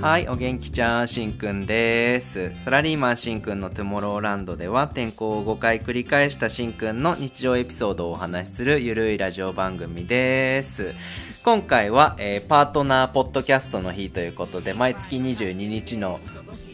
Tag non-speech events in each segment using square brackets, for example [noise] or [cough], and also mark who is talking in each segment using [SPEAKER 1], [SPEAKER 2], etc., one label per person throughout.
[SPEAKER 1] はい、お元気ちゃん、しんくんです。サラリーマンしんくんのトゥモローランドでは、転校を5回繰り返したしんくんの日常エピソードをお話しするゆるいラジオ番組です。今回は、えーパートナーポッドキャストの日ということで、毎月22日の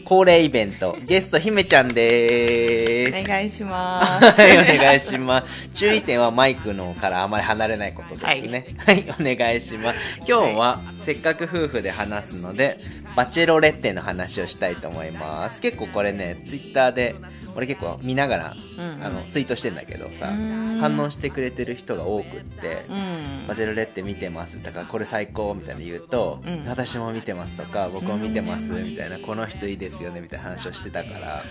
[SPEAKER 1] 恒例イベント、ゲストひめちゃんで
[SPEAKER 2] お
[SPEAKER 1] す。
[SPEAKER 2] 願いしま
[SPEAKER 1] は
[SPEAKER 2] す。
[SPEAKER 1] い、お願いします。注意点はマイクのからあまり離れないことですね。はい、お願いします。今日はせっかく夫婦で話すので、バチェロレッテの話をしたいと思います。結構これね、ツイッターで、俺結構見ながら、
[SPEAKER 2] うんうん
[SPEAKER 1] あのツイートしてんだけどさ、
[SPEAKER 2] うん
[SPEAKER 1] 反応してくれてる人が多くって、
[SPEAKER 2] うん
[SPEAKER 1] バ。チェロレッテ見てますだからこれ最高みたいな言うと、
[SPEAKER 2] うん
[SPEAKER 1] 私も見てますとか僕も見てますみたいなこの人いいですよねみたいな話をしてたから、はいはい、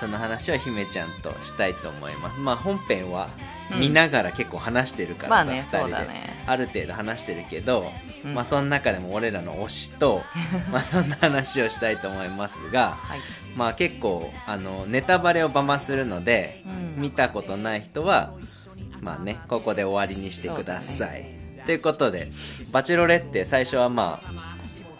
[SPEAKER 1] その話を姫ちゃんとしたいと思いますまあ本編は
[SPEAKER 2] うん
[SPEAKER 1] 見ながら結構話してるから
[SPEAKER 2] まあ
[SPEAKER 1] さ、
[SPEAKER 2] ね
[SPEAKER 1] 二人で
[SPEAKER 2] そうだね
[SPEAKER 1] ある程度話してるけど、
[SPEAKER 2] うん
[SPEAKER 1] まあその中でも俺らの推し
[SPEAKER 2] [laughs]
[SPEAKER 1] とまあそんな話をしたいと思いますが、
[SPEAKER 2] はい。
[SPEAKER 1] まあ結構あのネタバレをバマするので、
[SPEAKER 2] うん
[SPEAKER 1] 見たことない人はまあねここで終わりにしてください、ということで「バチェロレッテ」最初はまあ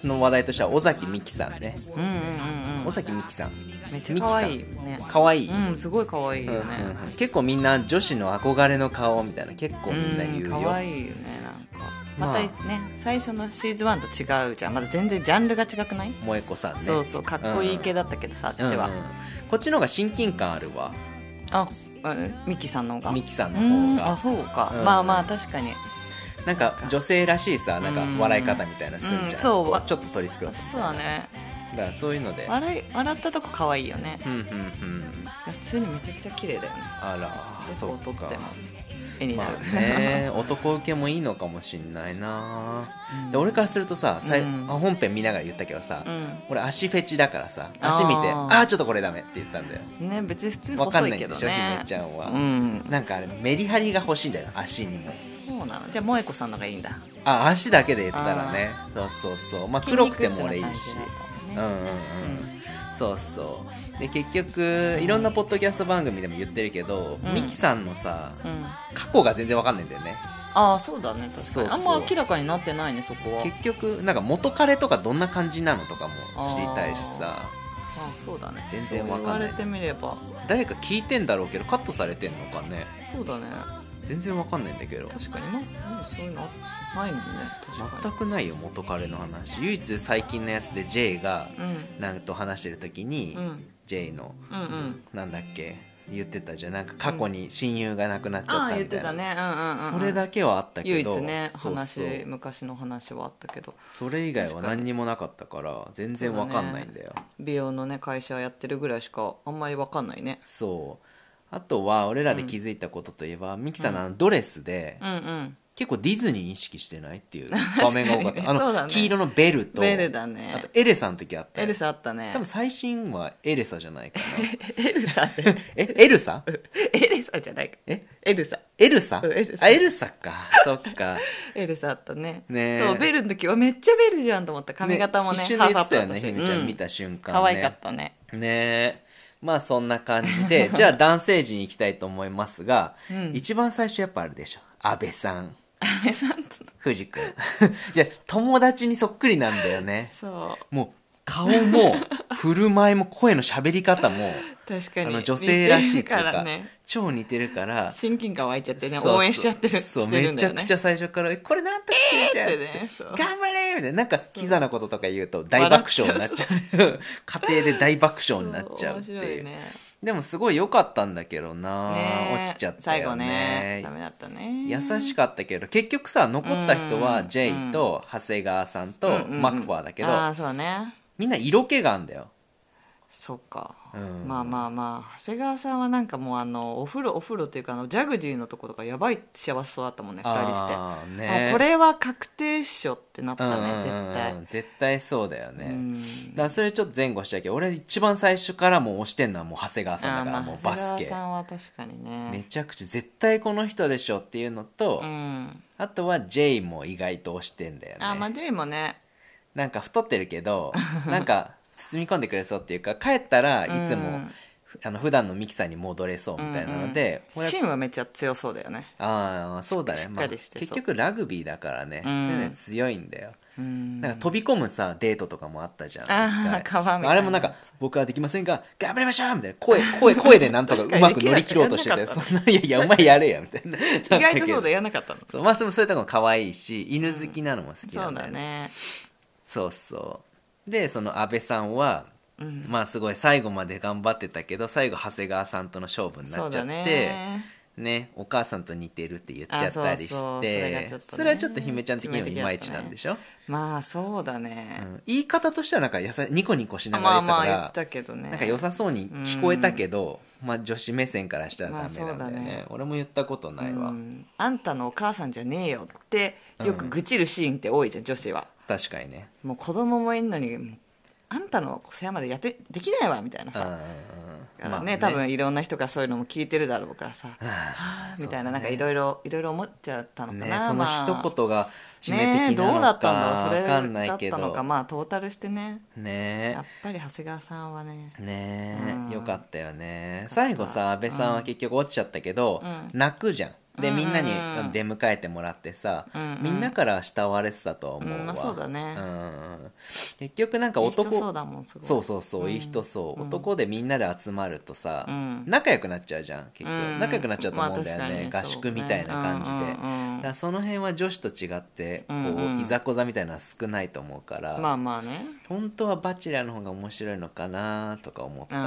[SPEAKER 1] の話題としては尾崎美紀さんね
[SPEAKER 2] うんうんうんう
[SPEAKER 1] 尾
[SPEAKER 2] ん。
[SPEAKER 1] 崎美紀さん
[SPEAKER 2] めっちゃ可愛いよ
[SPEAKER 1] 美
[SPEAKER 2] ね
[SPEAKER 1] 紀。さん可愛い
[SPEAKER 2] うん、すごい可愛いよね。
[SPEAKER 1] うんうんうん結構みんな女子の憧れの顔みたいな結構みんな言うよ、
[SPEAKER 2] 可愛いよねなんか。
[SPEAKER 1] まあ
[SPEAKER 2] またね、最初のシーズン1と違うじゃんまだ全然ジャンルが違くない、
[SPEAKER 1] 萌子さんね
[SPEAKER 2] そうそうかっこいい系だったけどさ、あっちは、
[SPEAKER 1] うんうんこっちの方が親近感あるわ
[SPEAKER 2] あうんミキさんの方が
[SPEAKER 1] 美紀さんの
[SPEAKER 2] うん
[SPEAKER 1] 方
[SPEAKER 2] あ
[SPEAKER 1] が
[SPEAKER 2] そうか、
[SPEAKER 1] うん
[SPEAKER 2] まあまあ確かに
[SPEAKER 1] なんか女性らしいさなんか笑い方みたいなするじゃん、
[SPEAKER 2] うんそう
[SPEAKER 1] こちょっと取り繕って
[SPEAKER 2] そうだね
[SPEAKER 1] だからそういうので
[SPEAKER 2] 笑い笑ったとこ可愛いよね
[SPEAKER 1] うんうんうん
[SPEAKER 2] 普通にめちゃくちゃ綺麗だよね
[SPEAKER 1] あら
[SPEAKER 2] ど
[SPEAKER 1] そう
[SPEAKER 2] こを撮って
[SPEAKER 1] か
[SPEAKER 2] も絵にな
[SPEAKER 1] ま
[SPEAKER 2] る、
[SPEAKER 1] あ
[SPEAKER 2] [laughs]
[SPEAKER 1] ね男受けもいいのかもしんないな、
[SPEAKER 2] うん
[SPEAKER 1] で俺からするとささい、
[SPEAKER 2] うん
[SPEAKER 1] あ本編見ながら言ったけどさ、
[SPEAKER 2] う
[SPEAKER 1] 俺足フェチだからさ足見て
[SPEAKER 2] あ
[SPEAKER 1] あ
[SPEAKER 2] ー
[SPEAKER 1] あーちょっとこれダメって言ったんだよ
[SPEAKER 2] んね別に普通 [laughs] に
[SPEAKER 1] わか
[SPEAKER 2] 細
[SPEAKER 1] んないいん
[SPEAKER 2] け
[SPEAKER 1] で
[SPEAKER 2] ど
[SPEAKER 1] しょ、ひ
[SPEAKER 2] ね
[SPEAKER 1] めちゃんは、
[SPEAKER 2] うん
[SPEAKER 1] なんかあれメリハリが欲しいんだよ足にも
[SPEAKER 2] そうなのじゃあ萌子さんのがいいんだ
[SPEAKER 1] あ足だけで言ったらねそうそうそうまあ黒くても俺いいし
[SPEAKER 2] 筋肉質
[SPEAKER 1] う
[SPEAKER 2] なん
[SPEAKER 1] うんう
[SPEAKER 2] 感
[SPEAKER 1] ん、そうそうで結局いろんなポッドキャスト番組でも言ってるけど、
[SPEAKER 2] うん
[SPEAKER 1] ミキさんのさ
[SPEAKER 2] じだったねうん
[SPEAKER 1] 過去が全然わかんないんだよね
[SPEAKER 2] ああそうだね確
[SPEAKER 1] そ
[SPEAKER 2] か
[SPEAKER 1] う
[SPEAKER 2] に
[SPEAKER 1] そう
[SPEAKER 2] あんま明らかになってないねそこは
[SPEAKER 1] 結局なんか元彼とかどんな感じなのとかも知りたいしさ
[SPEAKER 2] ああそうだね
[SPEAKER 1] 全然わかんない
[SPEAKER 2] そう言われてみれば
[SPEAKER 1] 誰か聞いてんだろうけどカットされてんのかね
[SPEAKER 2] そうだね
[SPEAKER 1] 全然わかんないんだけど
[SPEAKER 2] 確かにまあそういうのないもんね確か
[SPEAKER 1] 全くないよ元彼の話唯一最近のやつで J が
[SPEAKER 2] にうん
[SPEAKER 1] なんと話してる時に、
[SPEAKER 2] うん
[SPEAKER 1] J の
[SPEAKER 2] うんうん
[SPEAKER 1] なんだっけ言ってたじゃんなんか過去に親友が亡くなっちゃ
[SPEAKER 2] あ
[SPEAKER 1] っ
[SPEAKER 2] あ
[SPEAKER 1] た
[SPEAKER 2] 言っ
[SPEAKER 1] みた
[SPEAKER 2] て
[SPEAKER 1] いな、
[SPEAKER 2] たねうんうんうんうん
[SPEAKER 1] それだけはあった
[SPEAKER 2] 唯
[SPEAKER 1] け
[SPEAKER 2] 一
[SPEAKER 1] ど
[SPEAKER 2] ね
[SPEAKER 1] そう
[SPEAKER 2] 話
[SPEAKER 1] そう
[SPEAKER 2] 昔の話はあったけど
[SPEAKER 1] それ以外は何にもなかったから全然わかんないんだよ
[SPEAKER 2] 美容のね会社やってるぐらいしかあんまりわかんないね
[SPEAKER 1] そうあとは俺らで気づいたことといえば、ミキさんのあのドレスで、
[SPEAKER 2] うんうん
[SPEAKER 1] 結構ディズニー意識してないっていう場面が多かったあ
[SPEAKER 2] そう
[SPEAKER 1] の
[SPEAKER 2] だね
[SPEAKER 1] 黄色のベルと
[SPEAKER 2] ベルだね
[SPEAKER 1] あとエレサの時あったよ
[SPEAKER 2] エルサあったね
[SPEAKER 1] 多分最新はエレサじゃないかな
[SPEAKER 2] エルサ [laughs] って
[SPEAKER 1] えエルサ
[SPEAKER 2] [laughs] エルサじゃないか
[SPEAKER 1] え
[SPEAKER 2] エルサ
[SPEAKER 1] エルサ
[SPEAKER 2] うんエルサ
[SPEAKER 1] あエルサかそっ
[SPEAKER 2] [laughs]
[SPEAKER 1] か
[SPEAKER 2] エルサあったね
[SPEAKER 1] ねえ
[SPEAKER 2] そうベルの時はめっちゃベルじゃんと思った髪型もね
[SPEAKER 1] 一瞬で言ってたよ
[SPEAKER 2] ハー
[SPEAKER 1] ね
[SPEAKER 2] フ
[SPEAKER 1] ひ
[SPEAKER 2] だ
[SPEAKER 1] み
[SPEAKER 2] し
[SPEAKER 1] ちゃ
[SPEAKER 2] うん
[SPEAKER 1] 見た瞬間ね
[SPEAKER 2] 可愛かったね
[SPEAKER 1] ねえまあそんな感じ
[SPEAKER 2] [laughs]
[SPEAKER 1] でじゃあ男性陣行きたいと思いますが、一番最初やっぱあるでしょ安倍さん
[SPEAKER 2] 阿部さんと
[SPEAKER 1] 藤君 [laughs] じゃあ友達にそっくりなんだよね
[SPEAKER 2] そう
[SPEAKER 1] もう顔
[SPEAKER 2] [laughs]
[SPEAKER 1] も振る舞いも声の喋り方も
[SPEAKER 2] 確か
[SPEAKER 1] あ
[SPEAKER 2] に
[SPEAKER 1] の女性らしい
[SPEAKER 2] 似
[SPEAKER 1] ってつ
[SPEAKER 2] る
[SPEAKER 1] うか
[SPEAKER 2] からね
[SPEAKER 1] 超似てるから
[SPEAKER 2] 親近感湧いちゃってね
[SPEAKER 1] そうそう
[SPEAKER 2] 応援しちゃってる
[SPEAKER 1] そう
[SPEAKER 2] してる
[SPEAKER 1] め
[SPEAKER 2] ん
[SPEAKER 1] ち
[SPEAKER 2] だ
[SPEAKER 1] ゃ
[SPEAKER 2] よ
[SPEAKER 1] く
[SPEAKER 2] ね
[SPEAKER 1] ちゃ最初から「これなんとかいいじゃん」っ
[SPEAKER 2] えー
[SPEAKER 1] つ
[SPEAKER 2] っ
[SPEAKER 1] って
[SPEAKER 2] ね
[SPEAKER 1] て
[SPEAKER 2] そう
[SPEAKER 1] 「頑張れ!」みたいななんかキザなこととか言うと大爆笑になっちゃう家庭で大爆笑になっちゃうって
[SPEAKER 2] そ面白
[SPEAKER 1] いう
[SPEAKER 2] いね
[SPEAKER 1] でもすごい良かったんだけどな、
[SPEAKER 2] ねえ
[SPEAKER 1] 落ちちゃった
[SPEAKER 2] 最
[SPEAKER 1] よ
[SPEAKER 2] 後
[SPEAKER 1] ね
[SPEAKER 2] ねダメだったね
[SPEAKER 1] 優しかったけど結局さ残った人は
[SPEAKER 2] うん
[SPEAKER 1] J と長谷川さんと
[SPEAKER 2] うんうんうん
[SPEAKER 1] マクファーだけど、
[SPEAKER 2] ああそうね
[SPEAKER 1] みんな色気があんだよ
[SPEAKER 2] そっか、
[SPEAKER 1] うん
[SPEAKER 2] まあまあまあ長谷川さんはなんかもうあのお風呂お風呂というかあのジャグジーのところがやばい幸せそうだったもんね2人して
[SPEAKER 1] あーね
[SPEAKER 2] あこれは確定っしょってなったね、
[SPEAKER 1] うんうんうん
[SPEAKER 2] 絶対、
[SPEAKER 1] 絶対そうだよね、
[SPEAKER 2] うん
[SPEAKER 1] だからそれちょっと前後したけど俺一番最初からもう推してんのはもう長谷川さんだからもうバス
[SPEAKER 2] 長谷
[SPEAKER 1] ケ
[SPEAKER 2] 川さんは確かにね
[SPEAKER 1] めちゃくちゃ絶対この人でしょっていうのと、
[SPEAKER 2] うん
[SPEAKER 1] あとは J も意外と推してんだよね
[SPEAKER 2] あまあ J もね
[SPEAKER 1] なんか太ってるけ
[SPEAKER 2] [laughs]
[SPEAKER 1] どなんか包み込んでくれそうっていうか帰ったらいつも、
[SPEAKER 2] うん
[SPEAKER 1] あの普段のミキさんに戻れそうみたいなので、
[SPEAKER 2] うん
[SPEAKER 1] これ
[SPEAKER 2] シンはめっちゃ強そうだよね
[SPEAKER 1] ああそうだね
[SPEAKER 2] しっかりして
[SPEAKER 1] まあ
[SPEAKER 2] そ
[SPEAKER 1] 結
[SPEAKER 2] う
[SPEAKER 1] 局ラグビーだからね,、
[SPEAKER 2] うん
[SPEAKER 1] ね強いんだよ
[SPEAKER 2] うん
[SPEAKER 1] なんか飛び込むさデートとかもあったじゃん
[SPEAKER 2] あー
[SPEAKER 1] 一回
[SPEAKER 2] 川みたいな
[SPEAKER 1] あれもなんか僕はできませんが頑張りましょうみたいな声 [laughs] 声声でなんとかうまく乗り切ろうとしてて
[SPEAKER 2] 確か
[SPEAKER 1] そんないや [laughs] いやお前やれやみたい
[SPEAKER 2] [laughs]
[SPEAKER 1] な
[SPEAKER 2] 意外とそうだやんな
[SPEAKER 1] [laughs]
[SPEAKER 2] かったの
[SPEAKER 1] そうまあでもそういうとこも可愛いし犬好きなのも好き
[SPEAKER 2] そ
[SPEAKER 1] な
[SPEAKER 2] うん
[SPEAKER 1] だ
[SPEAKER 2] だ
[SPEAKER 1] よね,、
[SPEAKER 2] ね
[SPEAKER 1] そうそうでその安倍さんは、
[SPEAKER 2] うん
[SPEAKER 1] まあすごい最後まで頑張ってたけど最後長谷川さんとの勝負にな
[SPEAKER 2] そ
[SPEAKER 1] っ
[SPEAKER 2] う
[SPEAKER 1] ちゃ
[SPEAKER 2] だ
[SPEAKER 1] って、
[SPEAKER 2] ね
[SPEAKER 1] ね、お母さんと似てるって言っちゃったりして
[SPEAKER 2] あそうそうそれがちょっとね
[SPEAKER 1] それはちょっと姫ちゃん的にはいまいちなんでしょ、
[SPEAKER 2] まあそうだね、
[SPEAKER 1] うん言い方としてはなんかやさニコニコしながら
[SPEAKER 2] ま
[SPEAKER 1] 言っ
[SPEAKER 2] あ
[SPEAKER 1] てたか
[SPEAKER 2] まあ
[SPEAKER 1] ら
[SPEAKER 2] 言ってたけどね
[SPEAKER 1] なんか良さそうに聞こえたけど、まあ女子目線からしたらダメなんだよね,、
[SPEAKER 2] まあそうだね
[SPEAKER 1] 俺も言ったことないわ、
[SPEAKER 2] うんあんたのお母さんじゃねえよってよく愚痴るシーンって多いじゃん女子は
[SPEAKER 1] 確かにね
[SPEAKER 2] もう子供もいんのにもうあんたの世話までやってできないわみたいな
[SPEAKER 1] うんうん
[SPEAKER 2] さ、
[SPEAKER 1] うん
[SPEAKER 2] からね多分いろんな人がそういうのも聞いてるだろうからさ、
[SPEAKER 1] はあ
[SPEAKER 2] みたい
[SPEAKER 1] そ
[SPEAKER 2] な、
[SPEAKER 1] う
[SPEAKER 2] なんかいろいろいろいろ思っちゃったのかな、
[SPEAKER 1] ねその
[SPEAKER 2] まあ
[SPEAKER 1] 一言が致
[SPEAKER 2] ね
[SPEAKER 1] 命
[SPEAKER 2] え
[SPEAKER 1] 的な
[SPEAKER 2] どうだ
[SPEAKER 1] の
[SPEAKER 2] ったんだろ
[SPEAKER 1] か
[SPEAKER 2] うそれ
[SPEAKER 1] 分かんない
[SPEAKER 2] だっ
[SPEAKER 1] け
[SPEAKER 2] たの
[SPEAKER 1] ど
[SPEAKER 2] かまあトータルしてねや
[SPEAKER 1] ね
[SPEAKER 2] っぱり長谷川さんはね
[SPEAKER 1] ね
[SPEAKER 2] うん
[SPEAKER 1] よかったよね最後さ安倍さんは結局落ちちゃったけど、
[SPEAKER 2] うん
[SPEAKER 1] 泣くじゃんで
[SPEAKER 2] うんうん
[SPEAKER 1] み
[SPEAKER 2] うん
[SPEAKER 1] んなに出迎えてもらってさ、
[SPEAKER 2] うんうん
[SPEAKER 1] みんなから慕われてたとは思うわ、
[SPEAKER 2] うんまあそうだね
[SPEAKER 1] うん結局なんか
[SPEAKER 2] 男
[SPEAKER 1] 男
[SPEAKER 2] いい人そうだもんすごい
[SPEAKER 1] そうそうそう、いい人そう、男でみんなで集まるとさ、
[SPEAKER 2] うん
[SPEAKER 1] 仲良くなっちゃうじゃん結局、
[SPEAKER 2] うん
[SPEAKER 1] 仲良くなっちゃうと思うんだよ
[SPEAKER 2] まあ確か
[SPEAKER 1] ね,、
[SPEAKER 2] にそう
[SPEAKER 1] 合宿みたいな感じで、
[SPEAKER 2] ねうんうんうん
[SPEAKER 1] だからその辺は女子と違ってこう、
[SPEAKER 2] うんうん
[SPEAKER 1] いざこざみたいなのは少ないと思うから、
[SPEAKER 2] まあまあね
[SPEAKER 1] 本当は「バチェラー」の方が面白いのかなとか思ったわ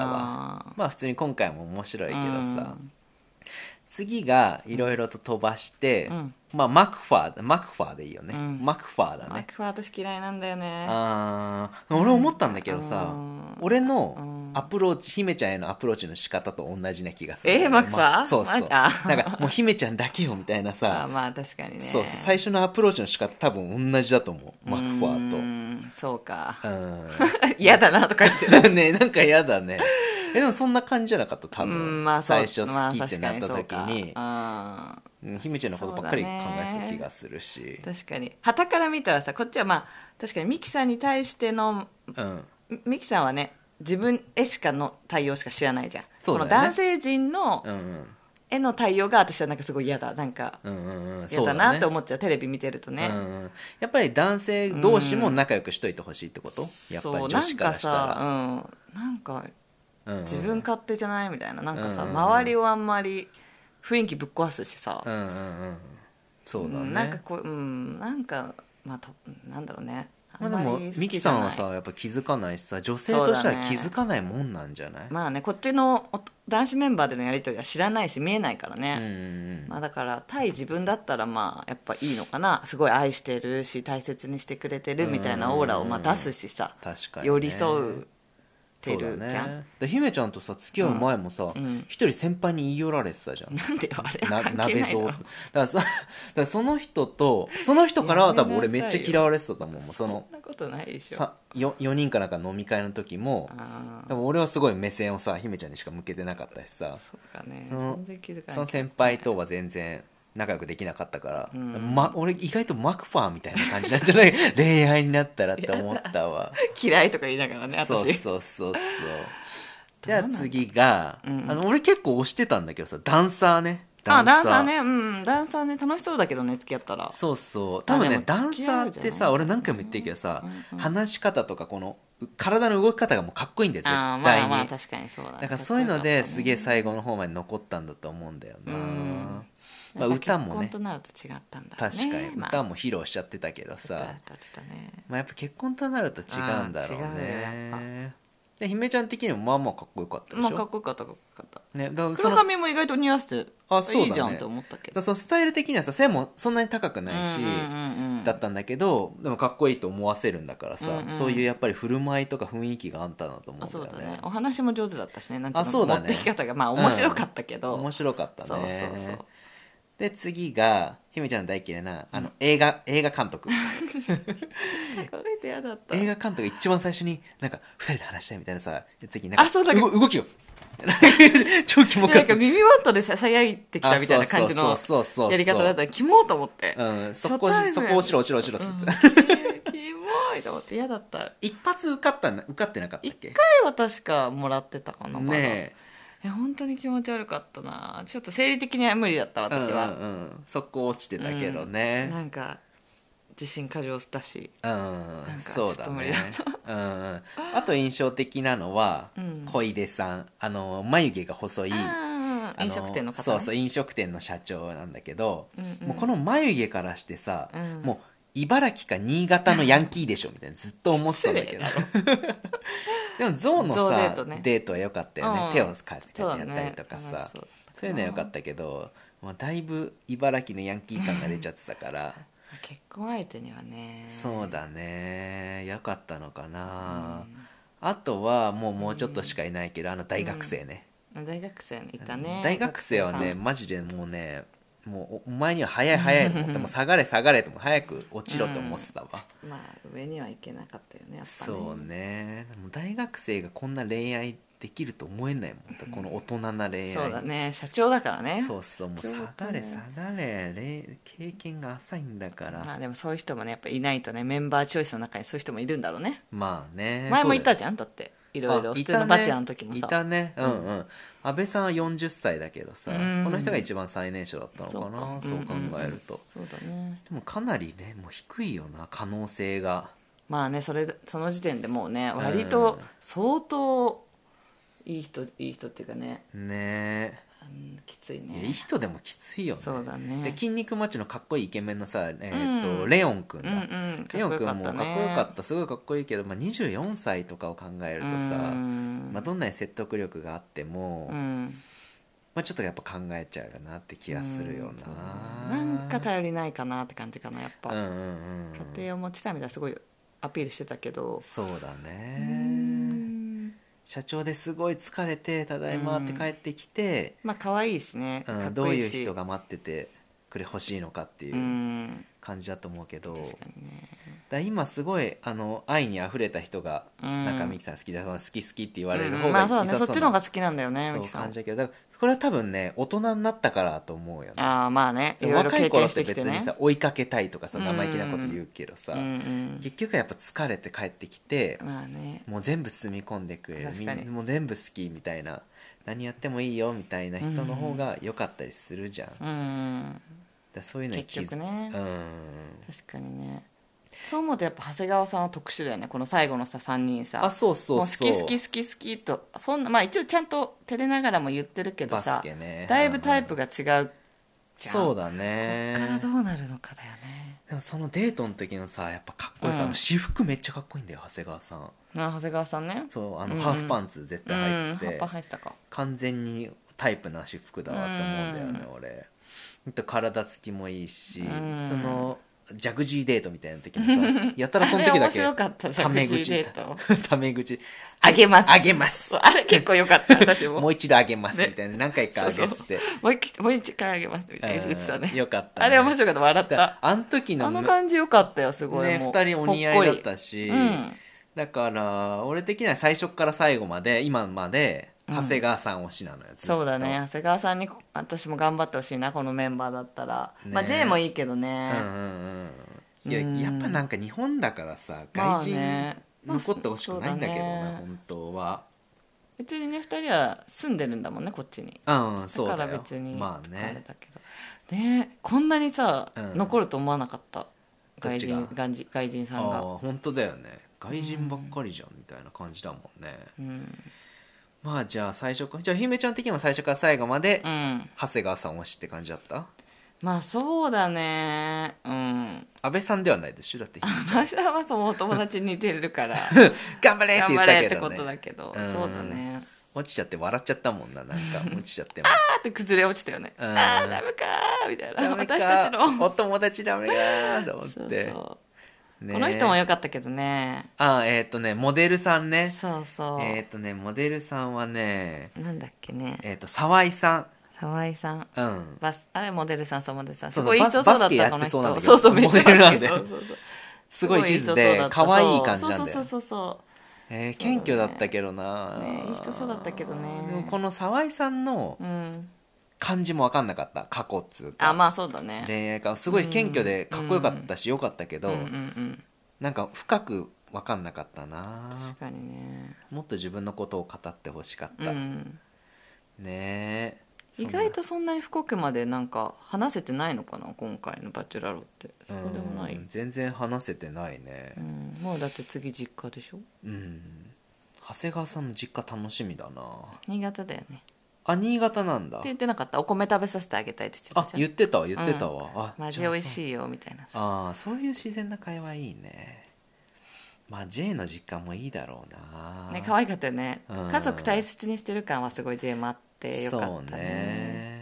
[SPEAKER 2] あ
[SPEAKER 1] まあ普通に今回も面白い
[SPEAKER 2] ー
[SPEAKER 1] けどさ、次がいろいろと飛ばして、
[SPEAKER 2] うん
[SPEAKER 1] まあマクファーマクファーでいいよね、
[SPEAKER 2] うん
[SPEAKER 1] マクファーだ
[SPEAKER 2] マ
[SPEAKER 1] ね
[SPEAKER 2] クファー私嫌いなんだよね
[SPEAKER 1] あー俺思ったんだけどさ、
[SPEAKER 2] うん
[SPEAKER 1] 俺
[SPEAKER 2] う
[SPEAKER 1] の
[SPEAKER 2] ん
[SPEAKER 1] アプローチ、姫ちゃんへのアプローチの仕方と同じな気がする
[SPEAKER 2] えーマクファー
[SPEAKER 1] まそうそうな
[SPEAKER 2] マ
[SPEAKER 1] ん
[SPEAKER 2] ジあ
[SPEAKER 1] かもう姫ちゃんだけよみたいな
[SPEAKER 2] あー
[SPEAKER 1] さ、
[SPEAKER 2] まあ確かにね
[SPEAKER 1] そうそう最初のアプローチの仕方多分同じだと思うマクファ
[SPEAKER 2] う
[SPEAKER 1] ー
[SPEAKER 2] んそうか [laughs]
[SPEAKER 1] とうん
[SPEAKER 2] 嫌だなとか言って
[SPEAKER 1] ねなん [laughs] か嫌だねえでもそんな感じじゃなかった多
[SPEAKER 2] う
[SPEAKER 1] 分、
[SPEAKER 2] んまあそ
[SPEAKER 1] 最
[SPEAKER 2] う
[SPEAKER 1] 初好きってなった時に,、
[SPEAKER 2] まあ確かにそうか
[SPEAKER 1] うん姫ちゃんのことばっかり考えて
[SPEAKER 2] そうだ
[SPEAKER 1] た
[SPEAKER 2] ね
[SPEAKER 1] 気がするし
[SPEAKER 2] うん確かにはから見たらさこっちはまあ確かにミキさんに対しての
[SPEAKER 1] うん
[SPEAKER 2] ミミキさんはね自分へしかの対応しか知らないじゃん
[SPEAKER 1] そうだ
[SPEAKER 2] こ
[SPEAKER 1] よ
[SPEAKER 2] の
[SPEAKER 1] ね
[SPEAKER 2] 男性陣の
[SPEAKER 1] うんうん
[SPEAKER 2] 絵の対応が私はなんかすごい嫌だなんか
[SPEAKER 1] うんうんうん
[SPEAKER 2] 嫌
[SPEAKER 1] そうだ
[SPEAKER 2] だな
[SPEAKER 1] ね
[SPEAKER 2] って思っちゃう、テレビ見てるとね、
[SPEAKER 1] うんうんやっぱり男性同士も仲良くしといてほしいってこと、やっぱり
[SPEAKER 2] そう
[SPEAKER 1] 女
[SPEAKER 2] なん
[SPEAKER 1] 子から
[SPEAKER 2] か
[SPEAKER 1] したら、
[SPEAKER 2] さ、うん、なんか
[SPEAKER 1] うんうん
[SPEAKER 2] 自分勝手じゃないみたいななんかさ、
[SPEAKER 1] うん
[SPEAKER 2] 周りをあんまり雰囲気ぶっ壊すしさ、
[SPEAKER 1] うんうんうんそうだね、
[SPEAKER 2] うんなんかこううんなんかまあとなんだろうね
[SPEAKER 1] まあ、で
[SPEAKER 2] ん
[SPEAKER 1] も
[SPEAKER 2] り好
[SPEAKER 1] ミ
[SPEAKER 2] き
[SPEAKER 1] キ
[SPEAKER 2] じゃ
[SPEAKER 1] さ
[SPEAKER 2] ない
[SPEAKER 1] んはさやっぱ気づかないしさ女性として
[SPEAKER 2] そう
[SPEAKER 1] は
[SPEAKER 2] だね
[SPEAKER 1] 気づかないもんなんじゃない
[SPEAKER 2] まあねこっちのお男子メンバーでのやり取りは知らないし見えないから
[SPEAKER 1] うん
[SPEAKER 2] ね、
[SPEAKER 1] うん
[SPEAKER 2] まあ、だから対自分だったらまあやっぱいいのかなすごい愛してるし大切にしてくれてるみたいなオーラをまあ出すしさ、
[SPEAKER 1] 確かにね
[SPEAKER 2] 寄り添うて
[SPEAKER 1] そうだ
[SPEAKER 2] るじゃん、
[SPEAKER 1] ねで姫ちゃんとさ付き合う前もさ一、
[SPEAKER 2] うん
[SPEAKER 1] 人先輩に言い寄られてたじゃん
[SPEAKER 2] なんであれ
[SPEAKER 1] な
[SPEAKER 2] は [laughs] 関係
[SPEAKER 1] 鍋
[SPEAKER 2] ないだ
[SPEAKER 1] 蔵
[SPEAKER 2] ろ
[SPEAKER 1] だからそだからその人とその人からは多分俺めっちゃ嫌われてたと思うもうその
[SPEAKER 2] そんなことないでしょ
[SPEAKER 1] さよ4人かなんか飲み会の時も
[SPEAKER 2] あ
[SPEAKER 1] でも俺はすごい目線をさ姫ちゃんにしか向けてなかったしさ
[SPEAKER 2] あそうかね
[SPEAKER 1] その
[SPEAKER 2] 全然気づかない
[SPEAKER 1] その先輩とは全然仲良くできなかったから、
[SPEAKER 2] ん
[SPEAKER 1] ま、俺意外とマクファーみたいな感じなんじゃない [laughs] 恋愛になったらって思ったわ
[SPEAKER 2] 嫌いとか言いながらね私
[SPEAKER 1] そうそうそうそうじゃあ次が、あの俺結構推してたんだけどさダンサーね
[SPEAKER 2] あダンサーねうんダンサーね楽しそうだけどね付き合ったら
[SPEAKER 1] そうそう多分
[SPEAKER 2] あ
[SPEAKER 1] ね
[SPEAKER 2] でも
[SPEAKER 1] ダンサーっ
[SPEAKER 2] 付き合うじ
[SPEAKER 1] て
[SPEAKER 2] ゃな
[SPEAKER 1] さ
[SPEAKER 2] い
[SPEAKER 1] 俺何回も言ってるけどさ、話し方とかこのう体の動き方がもうかっこいいんだよ絶
[SPEAKER 2] あ
[SPEAKER 1] 対
[SPEAKER 2] ー
[SPEAKER 1] に、
[SPEAKER 2] まあまあ確かにそうだね
[SPEAKER 1] だからそういうのですげえ
[SPEAKER 2] かっ
[SPEAKER 1] 最後の方まで残ったんだと思うんだよな、
[SPEAKER 2] うん
[SPEAKER 1] まあ、
[SPEAKER 2] こよか
[SPEAKER 1] 歌
[SPEAKER 2] った
[SPEAKER 1] もね
[SPEAKER 2] 結婚となると違ったんだろう
[SPEAKER 1] 確
[SPEAKER 2] ね
[SPEAKER 1] かに
[SPEAKER 2] まあ
[SPEAKER 1] 歌も披露しちゃってたけど
[SPEAKER 2] 歌
[SPEAKER 1] さ、
[SPEAKER 2] 歌ってたね
[SPEAKER 1] まあ、やっぱ結婚となると違うんだろう
[SPEAKER 2] あー違うよ
[SPEAKER 1] ねで姫ちゃん的にもまあまあかっこよかったでし
[SPEAKER 2] ま
[SPEAKER 1] ょ、
[SPEAKER 2] あかっこよかったかっこよかった
[SPEAKER 1] ね、だからそ
[SPEAKER 2] 黒
[SPEAKER 1] のだか
[SPEAKER 2] 髪も意外と似合わせて
[SPEAKER 1] あそうだね
[SPEAKER 2] いいじゃんって思ったけど
[SPEAKER 1] らそのスタイル的にはさ背もそんなに高くないし、
[SPEAKER 2] うんうんうんうん
[SPEAKER 1] だったんだけどでもかっこいいと思わせるんだからさ、
[SPEAKER 2] うんうん
[SPEAKER 1] そういうやっぱり振る舞いとか雰囲気があったなと思
[SPEAKER 2] あそううん
[SPEAKER 1] だ
[SPEAKER 2] だ
[SPEAKER 1] よね
[SPEAKER 2] ねお話も上手だったしねなんてい
[SPEAKER 1] あそう
[SPEAKER 2] の持
[SPEAKER 1] だ
[SPEAKER 2] っ
[SPEAKER 1] ね
[SPEAKER 2] てき方がまあ面白かったけど
[SPEAKER 1] 面白かったね
[SPEAKER 2] そうそうそう
[SPEAKER 1] で次が姫ちゃんの大嫌いなあの映画映画監
[SPEAKER 2] [laughs]
[SPEAKER 1] 督
[SPEAKER 2] これで嫌だった
[SPEAKER 1] 映画監督一番最初になんか2人で話したいみたいなさ次なんか
[SPEAKER 2] あそうだ
[SPEAKER 1] 動動きよ [laughs] 超キモ
[SPEAKER 2] で
[SPEAKER 1] か
[SPEAKER 2] な
[SPEAKER 1] っ
[SPEAKER 2] んか
[SPEAKER 1] た
[SPEAKER 2] 耳ワットでささやいてきたみたいな感じ
[SPEAKER 1] あ
[SPEAKER 2] の
[SPEAKER 1] そうそうそうそうそう
[SPEAKER 2] やり方だったらキモーと思って、
[SPEAKER 1] うん、そこ
[SPEAKER 2] 初対面
[SPEAKER 1] そこをしろしろしろっつって、
[SPEAKER 2] うんキモいと思って嫌だった1
[SPEAKER 1] 一発受かったな受かってなかったっけ
[SPEAKER 2] 回は確かもらってたかなまだ
[SPEAKER 1] ね
[SPEAKER 2] え本当に気持ち悪かったなちょっと生理的には無理だった
[SPEAKER 1] え
[SPEAKER 2] 私
[SPEAKER 1] う
[SPEAKER 2] は、
[SPEAKER 1] んうんうん、そこ落ちてたけどね、
[SPEAKER 2] なんか自信過剰だし
[SPEAKER 1] うん
[SPEAKER 2] んか
[SPEAKER 1] そう
[SPEAKER 2] ちょっ
[SPEAKER 1] だ
[SPEAKER 2] と無理
[SPEAKER 1] ね
[SPEAKER 2] だ
[SPEAKER 1] うんうんあと印象的なのは
[SPEAKER 2] うん
[SPEAKER 1] 小出さんあの眉毛が細い
[SPEAKER 2] あ
[SPEAKER 1] あ
[SPEAKER 2] ー飲食店の方、ね、
[SPEAKER 1] そうそう飲食店の社長なんだけど、
[SPEAKER 2] うんうん
[SPEAKER 1] もうこの眉毛からしてさ、
[SPEAKER 2] うん
[SPEAKER 1] もう茨城か新潟のヤンキーでしょみたいなずっと思ってたんだけど [laughs] でもゾウの
[SPEAKER 2] ゾウデ
[SPEAKER 1] さ
[SPEAKER 2] ートね
[SPEAKER 1] デートは良かったよね、
[SPEAKER 2] うん
[SPEAKER 1] 手をかけて
[SPEAKER 2] そ
[SPEAKER 1] や
[SPEAKER 2] うだ
[SPEAKER 1] っ
[SPEAKER 2] ね
[SPEAKER 1] たりとかさ、
[SPEAKER 2] 楽し
[SPEAKER 1] そ
[SPEAKER 2] そううだった
[SPEAKER 1] いうの良かったけどもうだいぶ茨城のヤンキー感が出ちゃってた
[SPEAKER 2] [laughs]
[SPEAKER 1] から。
[SPEAKER 2] 結婚相手にはね
[SPEAKER 1] そうだね良かったのかな、
[SPEAKER 2] うん
[SPEAKER 1] あとはもうもうちょっとしかいないけど、あの大学生ね、
[SPEAKER 2] 大学生いたね
[SPEAKER 1] 大学生はね
[SPEAKER 2] 学
[SPEAKER 1] マジでもうねもうおお前には早い早いと
[SPEAKER 2] [laughs]
[SPEAKER 1] 思ってもう下がれ下がれとも早く落ちろと思ってたわ、
[SPEAKER 2] 生さんまあ上にはいけなかったよねやっぱね
[SPEAKER 1] そうねでも大学生がこんな恋愛できると思えないもんこの大人な恋愛
[SPEAKER 2] そうだね社長だからね
[SPEAKER 1] そうそうもう下がれ
[SPEAKER 2] ちょっとね
[SPEAKER 1] 下がれ恋経験が浅いんだから、
[SPEAKER 2] まあでもそういう人もねやっぱいないとねメンバーチョイスの中にそういう人もいるんだろうね
[SPEAKER 1] まあね
[SPEAKER 2] 前もい
[SPEAKER 1] そうだよ
[SPEAKER 2] たじゃんだっていろいろ
[SPEAKER 1] あ
[SPEAKER 2] 普
[SPEAKER 1] た
[SPEAKER 2] 通の
[SPEAKER 1] ね
[SPEAKER 2] バチェラーの時も
[SPEAKER 1] い
[SPEAKER 2] さ
[SPEAKER 1] たねうんうん、安倍さんは40歳だけどさ、
[SPEAKER 2] うん
[SPEAKER 1] この人が一番最年少だったのかなそう
[SPEAKER 2] そうか
[SPEAKER 1] 考えると、
[SPEAKER 2] そうだね
[SPEAKER 1] でもかなりねもう低いよな可能性が
[SPEAKER 2] まあねそれその時点でもうね
[SPEAKER 1] ん
[SPEAKER 2] 割と相当いい人いい人っていうかね
[SPEAKER 1] ね
[SPEAKER 2] うんきつい
[SPEAKER 1] え、いやいい
[SPEAKER 2] ね
[SPEAKER 1] 人でもきついよね
[SPEAKER 2] そうだね
[SPEAKER 1] で筋肉マッチョのかっこいいイケメンのさ、えーっと
[SPEAKER 2] うん
[SPEAKER 1] レオン君
[SPEAKER 2] う
[SPEAKER 1] だ、
[SPEAKER 2] んうん
[SPEAKER 1] レオン君もかっこよか
[SPEAKER 2] ね
[SPEAKER 1] ったすごいかっこいいけど、まあ、24歳とかを考えるとさ、
[SPEAKER 2] うん
[SPEAKER 1] まあ、どんなに説得力があっても、
[SPEAKER 2] うん
[SPEAKER 1] まあ、ちょっとやっぱ考えちゃうかなって気がするよ
[SPEAKER 2] うん
[SPEAKER 1] な、
[SPEAKER 2] なんか頼りないかなって感じかなやっぱ、
[SPEAKER 1] うんうんうん、
[SPEAKER 2] 家庭を持ちたいみたいなすごいアピールしてたけど
[SPEAKER 1] そうだね
[SPEAKER 2] うん
[SPEAKER 1] 社長ですごい疲れてただいまって帰ってきて、
[SPEAKER 2] まあ可愛いしね
[SPEAKER 1] うん
[SPEAKER 2] かっ
[SPEAKER 1] ど
[SPEAKER 2] こ
[SPEAKER 1] う
[SPEAKER 2] い
[SPEAKER 1] いう
[SPEAKER 2] いし
[SPEAKER 1] 人が待っててくれほしいのかっていううん感じだと思うけど、
[SPEAKER 2] 確
[SPEAKER 1] だ
[SPEAKER 2] か
[SPEAKER 1] か
[SPEAKER 2] にね
[SPEAKER 1] ら今すごいあの愛にあふれた人が、
[SPEAKER 2] うん
[SPEAKER 1] なんかミキさん好きだその好き好きって言われる
[SPEAKER 2] う
[SPEAKER 1] 方
[SPEAKER 2] んま
[SPEAKER 1] が
[SPEAKER 2] あそうだねそっちの方が
[SPEAKER 1] 好
[SPEAKER 2] 好きなんだよね
[SPEAKER 1] ねそ
[SPEAKER 2] みき
[SPEAKER 1] う
[SPEAKER 2] さん
[SPEAKER 1] 感じだけどだからこれは多分ね大人になったからと思うよね
[SPEAKER 2] ああまあねいろいろ
[SPEAKER 1] 若
[SPEAKER 2] 経
[SPEAKER 1] い頃
[SPEAKER 2] 験
[SPEAKER 1] っ
[SPEAKER 2] しててき
[SPEAKER 1] 別
[SPEAKER 2] て
[SPEAKER 1] に
[SPEAKER 2] ね
[SPEAKER 1] さ追いかけたいとかさ生意気なこと言うけどさ、
[SPEAKER 2] うんうん
[SPEAKER 1] 結局はやっぱ疲れて帰ってきて、
[SPEAKER 2] まあね
[SPEAKER 1] もう全部包み込んでくれるみ
[SPEAKER 2] 確かに
[SPEAKER 1] んもう全部好きみたいな何やってもいいよみたいな人の方が良かったりするじゃん、だか
[SPEAKER 2] うん
[SPEAKER 1] らそういうのに気づ
[SPEAKER 2] 結局ね
[SPEAKER 1] うん
[SPEAKER 2] 確かにねそう思うとやっぱ長谷川さんは特殊だよねこの最後のさ3人さ
[SPEAKER 1] あそうそうそう
[SPEAKER 2] もう好き好き好き好きとそんなまあ一応ちゃんと照れながらも言ってるけど
[SPEAKER 1] バ
[SPEAKER 2] さ
[SPEAKER 1] ス、ケね
[SPEAKER 2] だいぶタ
[SPEAKER 1] う
[SPEAKER 2] イ
[SPEAKER 1] ん
[SPEAKER 2] プが違うじゃん
[SPEAKER 1] そうだ
[SPEAKER 2] こっから
[SPEAKER 1] ね
[SPEAKER 2] どうなるのかだよね
[SPEAKER 1] でもそのデートの時のさやっぱかっこいいさ、
[SPEAKER 2] うん
[SPEAKER 1] あの私服めっちゃかっこいいんだよ長谷川さん
[SPEAKER 2] な長谷川さんね
[SPEAKER 1] そうあ
[SPEAKER 2] う
[SPEAKER 1] の
[SPEAKER 2] んうん
[SPEAKER 1] ハーフパンツ絶
[SPEAKER 2] うん
[SPEAKER 1] 対入ってて、
[SPEAKER 2] 葉っぱ入ってたか
[SPEAKER 1] 完全にタイプな私服だわって思うんだよね、俺ほんと体つきもいいし、
[SPEAKER 2] うん
[SPEAKER 1] そのジャグジーデートみたいな時もさやたらその時だけ
[SPEAKER 2] [laughs] あれ面白かったじゃん
[SPEAKER 1] タメ口
[SPEAKER 2] ジャグジーデー
[SPEAKER 1] タメ口
[SPEAKER 2] あげます
[SPEAKER 1] あげます
[SPEAKER 2] そうあれ結構良かっ
[SPEAKER 1] [laughs]
[SPEAKER 2] た私も
[SPEAKER 1] もう一度あげますみたいな、何回かあげっつって
[SPEAKER 2] もう一回もう一回あげますみたいな言ってたね
[SPEAKER 1] うんよかったね、
[SPEAKER 2] あれ面白かった笑っ
[SPEAKER 1] だから
[SPEAKER 2] た
[SPEAKER 1] あの時の
[SPEAKER 2] あの感じ良かったよすごい
[SPEAKER 1] ね
[SPEAKER 2] もう
[SPEAKER 1] 2人お似合いだったし、
[SPEAKER 2] うん
[SPEAKER 1] だから俺的には最初から最後まで今まで長谷川さん推しなのよ、ずっと
[SPEAKER 2] そうだね長谷川さんに私も頑張ってほしいなこのメンバーだったら、
[SPEAKER 1] ね
[SPEAKER 2] まあ J もいいけどね、
[SPEAKER 1] うんうんうんいや
[SPEAKER 2] うん
[SPEAKER 1] やっぱなんか日本だからさ外
[SPEAKER 2] まあ
[SPEAKER 1] 人
[SPEAKER 2] ね
[SPEAKER 1] 残ってほしくないんだけどな、
[SPEAKER 2] まあそうだね
[SPEAKER 1] 本当は
[SPEAKER 2] 別にね2人は住んでるんだもんねこっちに
[SPEAKER 1] うん
[SPEAKER 2] だ
[SPEAKER 1] そう
[SPEAKER 2] か
[SPEAKER 1] だ
[SPEAKER 2] ら
[SPEAKER 1] よ
[SPEAKER 2] 別に
[SPEAKER 1] まあ
[SPEAKER 2] あれ
[SPEAKER 1] ね
[SPEAKER 2] だけどねこんなにさ、
[SPEAKER 1] うん
[SPEAKER 2] 残ると思わなかった
[SPEAKER 1] どっ
[SPEAKER 2] 外
[SPEAKER 1] ちが
[SPEAKER 2] 人外人外人
[SPEAKER 1] あ
[SPEAKER 2] さんが、
[SPEAKER 1] あ本当だよね外人ばっかりじゃんみたいな感じだもんね、
[SPEAKER 2] うん
[SPEAKER 1] まあじゃあ最初かじゃあ姫ちゃん的には最初から最後まで
[SPEAKER 2] うん、
[SPEAKER 1] 長谷川さん推しって感じだった
[SPEAKER 2] まあそうだねうん
[SPEAKER 1] 安倍さんではないでしょだって
[SPEAKER 2] マサはそのお友達に似て
[SPEAKER 1] [laughs]
[SPEAKER 2] るから
[SPEAKER 1] 頑張れって
[SPEAKER 2] 頑
[SPEAKER 1] 言ってた
[SPEAKER 2] 張れ
[SPEAKER 1] け
[SPEAKER 2] って
[SPEAKER 1] ど
[SPEAKER 2] こ
[SPEAKER 1] ね
[SPEAKER 2] とだけど、
[SPEAKER 1] うん
[SPEAKER 2] そうだね
[SPEAKER 1] 落ちちゃって笑っちゃったもんななんか落ちちゃっても
[SPEAKER 2] [laughs] あーって崩れ落ちたよね、
[SPEAKER 1] うん
[SPEAKER 2] ああダメかーみたいな
[SPEAKER 1] ダメか
[SPEAKER 2] 私たちの
[SPEAKER 1] お友達ダメかと思っ
[SPEAKER 2] そう
[SPEAKER 1] て
[SPEAKER 2] そ
[SPEAKER 1] ね
[SPEAKER 2] うこの人も良かったけどね
[SPEAKER 1] あえっ、とねモデルさんね
[SPEAKER 2] そうそう、
[SPEAKER 1] えっ、とねモデルさんはね
[SPEAKER 2] なんだっけね
[SPEAKER 1] えっ、と沢井さ
[SPEAKER 2] 沢井さん
[SPEAKER 1] んうん
[SPEAKER 2] バスあれモデルさんそうモデルさん
[SPEAKER 1] そ
[SPEAKER 2] す
[SPEAKER 1] う
[SPEAKER 2] ごいいい人そうだ
[SPEAKER 1] バス
[SPEAKER 2] っ
[SPEAKER 1] ケや
[SPEAKER 2] た
[SPEAKER 1] っ
[SPEAKER 2] この
[SPEAKER 1] て
[SPEAKER 2] 人
[SPEAKER 1] そうなんだけど
[SPEAKER 2] そうそうめっちゃ
[SPEAKER 1] モデルなんで
[SPEAKER 2] そうそうそう
[SPEAKER 1] すごい地図で可
[SPEAKER 2] そう
[SPEAKER 1] 愛い感じなんだ
[SPEAKER 2] そ
[SPEAKER 1] よ
[SPEAKER 2] うそうそう
[SPEAKER 1] えー謙虚だったけどな、
[SPEAKER 2] ねいい人そうだったけどね
[SPEAKER 1] でもこの沢井さんの
[SPEAKER 2] そううん
[SPEAKER 1] 漢字も分かんなかった過去っつうか
[SPEAKER 2] あまあそうだね
[SPEAKER 1] 恋愛かすごい謙虚でかっこよかったし、よかったけ
[SPEAKER 2] う
[SPEAKER 1] ど、
[SPEAKER 2] んうんうん
[SPEAKER 1] なんか深く分かんなかったな
[SPEAKER 2] 確かにね
[SPEAKER 1] もっと自分のことを語ってほしかっ
[SPEAKER 2] う
[SPEAKER 1] た、ね
[SPEAKER 2] ん
[SPEAKER 1] えそう
[SPEAKER 2] 意
[SPEAKER 1] なん
[SPEAKER 2] 外とそんなに深くまでなんか話せてないのかな今回の「バチェラロ」ってそうでもない、う
[SPEAKER 1] うんん全然話せてないね
[SPEAKER 2] もうだって次実家でしょ
[SPEAKER 1] うん、長谷川さんの実家楽しみだな
[SPEAKER 2] 新潟だよね
[SPEAKER 1] あ新潟なんだ
[SPEAKER 2] って言ってなかったお米食べさせてあげたいって言ってた
[SPEAKER 1] あ
[SPEAKER 2] じゃん
[SPEAKER 1] 言ってたわ言ってたわ、あ
[SPEAKER 2] マジ
[SPEAKER 1] じ
[SPEAKER 2] 美
[SPEAKER 1] ゃあ
[SPEAKER 2] 味しいよみたいな
[SPEAKER 1] そうあーそういう自然な会話いいねまあ J の実家もいいだろうな
[SPEAKER 2] ね可愛かったよね
[SPEAKER 1] うん
[SPEAKER 2] 家族大切にしてる感はすごい JM あってよか
[SPEAKER 1] そ
[SPEAKER 2] っ
[SPEAKER 1] う
[SPEAKER 2] たね
[SPEAKER 1] ね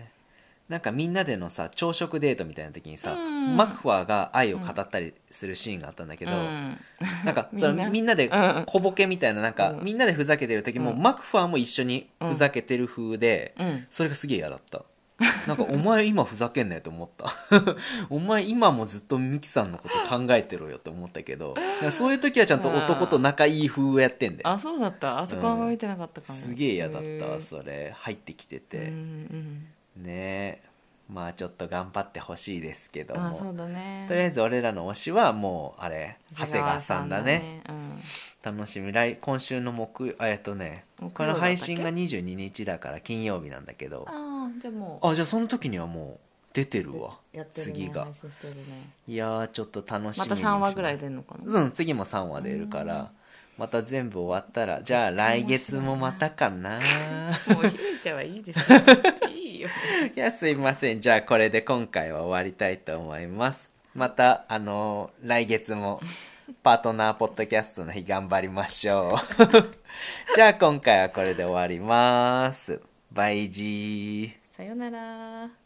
[SPEAKER 1] なんかみんなでのさ朝食デートみたいな時にさ、
[SPEAKER 2] うん
[SPEAKER 1] マクファーが愛を語ったりするシーンがあったんだけど、
[SPEAKER 2] うん
[SPEAKER 1] なんか
[SPEAKER 2] みん
[SPEAKER 1] そ
[SPEAKER 2] な
[SPEAKER 1] のみんなで
[SPEAKER 2] うん
[SPEAKER 1] 小ボケみたいななんか、
[SPEAKER 2] うん
[SPEAKER 1] みんなでふざけてる時も、
[SPEAKER 2] うん
[SPEAKER 1] マクファーも一緒にふざけてる風で、
[SPEAKER 2] うん
[SPEAKER 1] それがすげえ嫌だったなんか
[SPEAKER 2] [laughs]
[SPEAKER 1] お前今ふざけんなよと思った [laughs] お前今もずっとミキさんのこと考えてろよと思ったけどなんかそういう時はちゃんと男と仲いい風をやってんだよ
[SPEAKER 2] あそうだったあそこはあんま見てなかったかも
[SPEAKER 1] すげえ嫌だっ
[SPEAKER 2] へ
[SPEAKER 1] たわ
[SPEAKER 2] ー
[SPEAKER 1] それ入ってきてて、
[SPEAKER 2] うん
[SPEAKER 1] ねえまあちょっと頑張ってほしいですけど
[SPEAKER 2] うん、あそ
[SPEAKER 1] も
[SPEAKER 2] うだね
[SPEAKER 1] とりあえず俺らの推しはもうあれ長谷川さんだね
[SPEAKER 2] 長谷川さんだね
[SPEAKER 1] 楽しみ来今週の木あえっとね
[SPEAKER 2] 木曜
[SPEAKER 1] この配信
[SPEAKER 2] だ
[SPEAKER 1] が
[SPEAKER 2] っ
[SPEAKER 1] 22日だから金曜日なんだけど
[SPEAKER 2] うんああじゃあもう
[SPEAKER 1] あじゃあその時にはもう出てるわ
[SPEAKER 2] やってるね
[SPEAKER 1] 次が
[SPEAKER 2] 配信してるね
[SPEAKER 1] いやーちょっと楽しみ
[SPEAKER 2] ま
[SPEAKER 1] に
[SPEAKER 2] た3話ぐらい出んのかな
[SPEAKER 1] うん次も3話出るからまた全部終わったらじゃあ来月もまたかな
[SPEAKER 2] もうひめちゃんはいいです
[SPEAKER 1] [laughs]
[SPEAKER 2] よいいよ
[SPEAKER 1] いやすいませんじゃあこれで今回は終わりたいと思いますまたあのー来月もパートナーポッドキャストの日頑張りましょうじゃあ今回はこれで終わりますバイジー
[SPEAKER 2] さよなら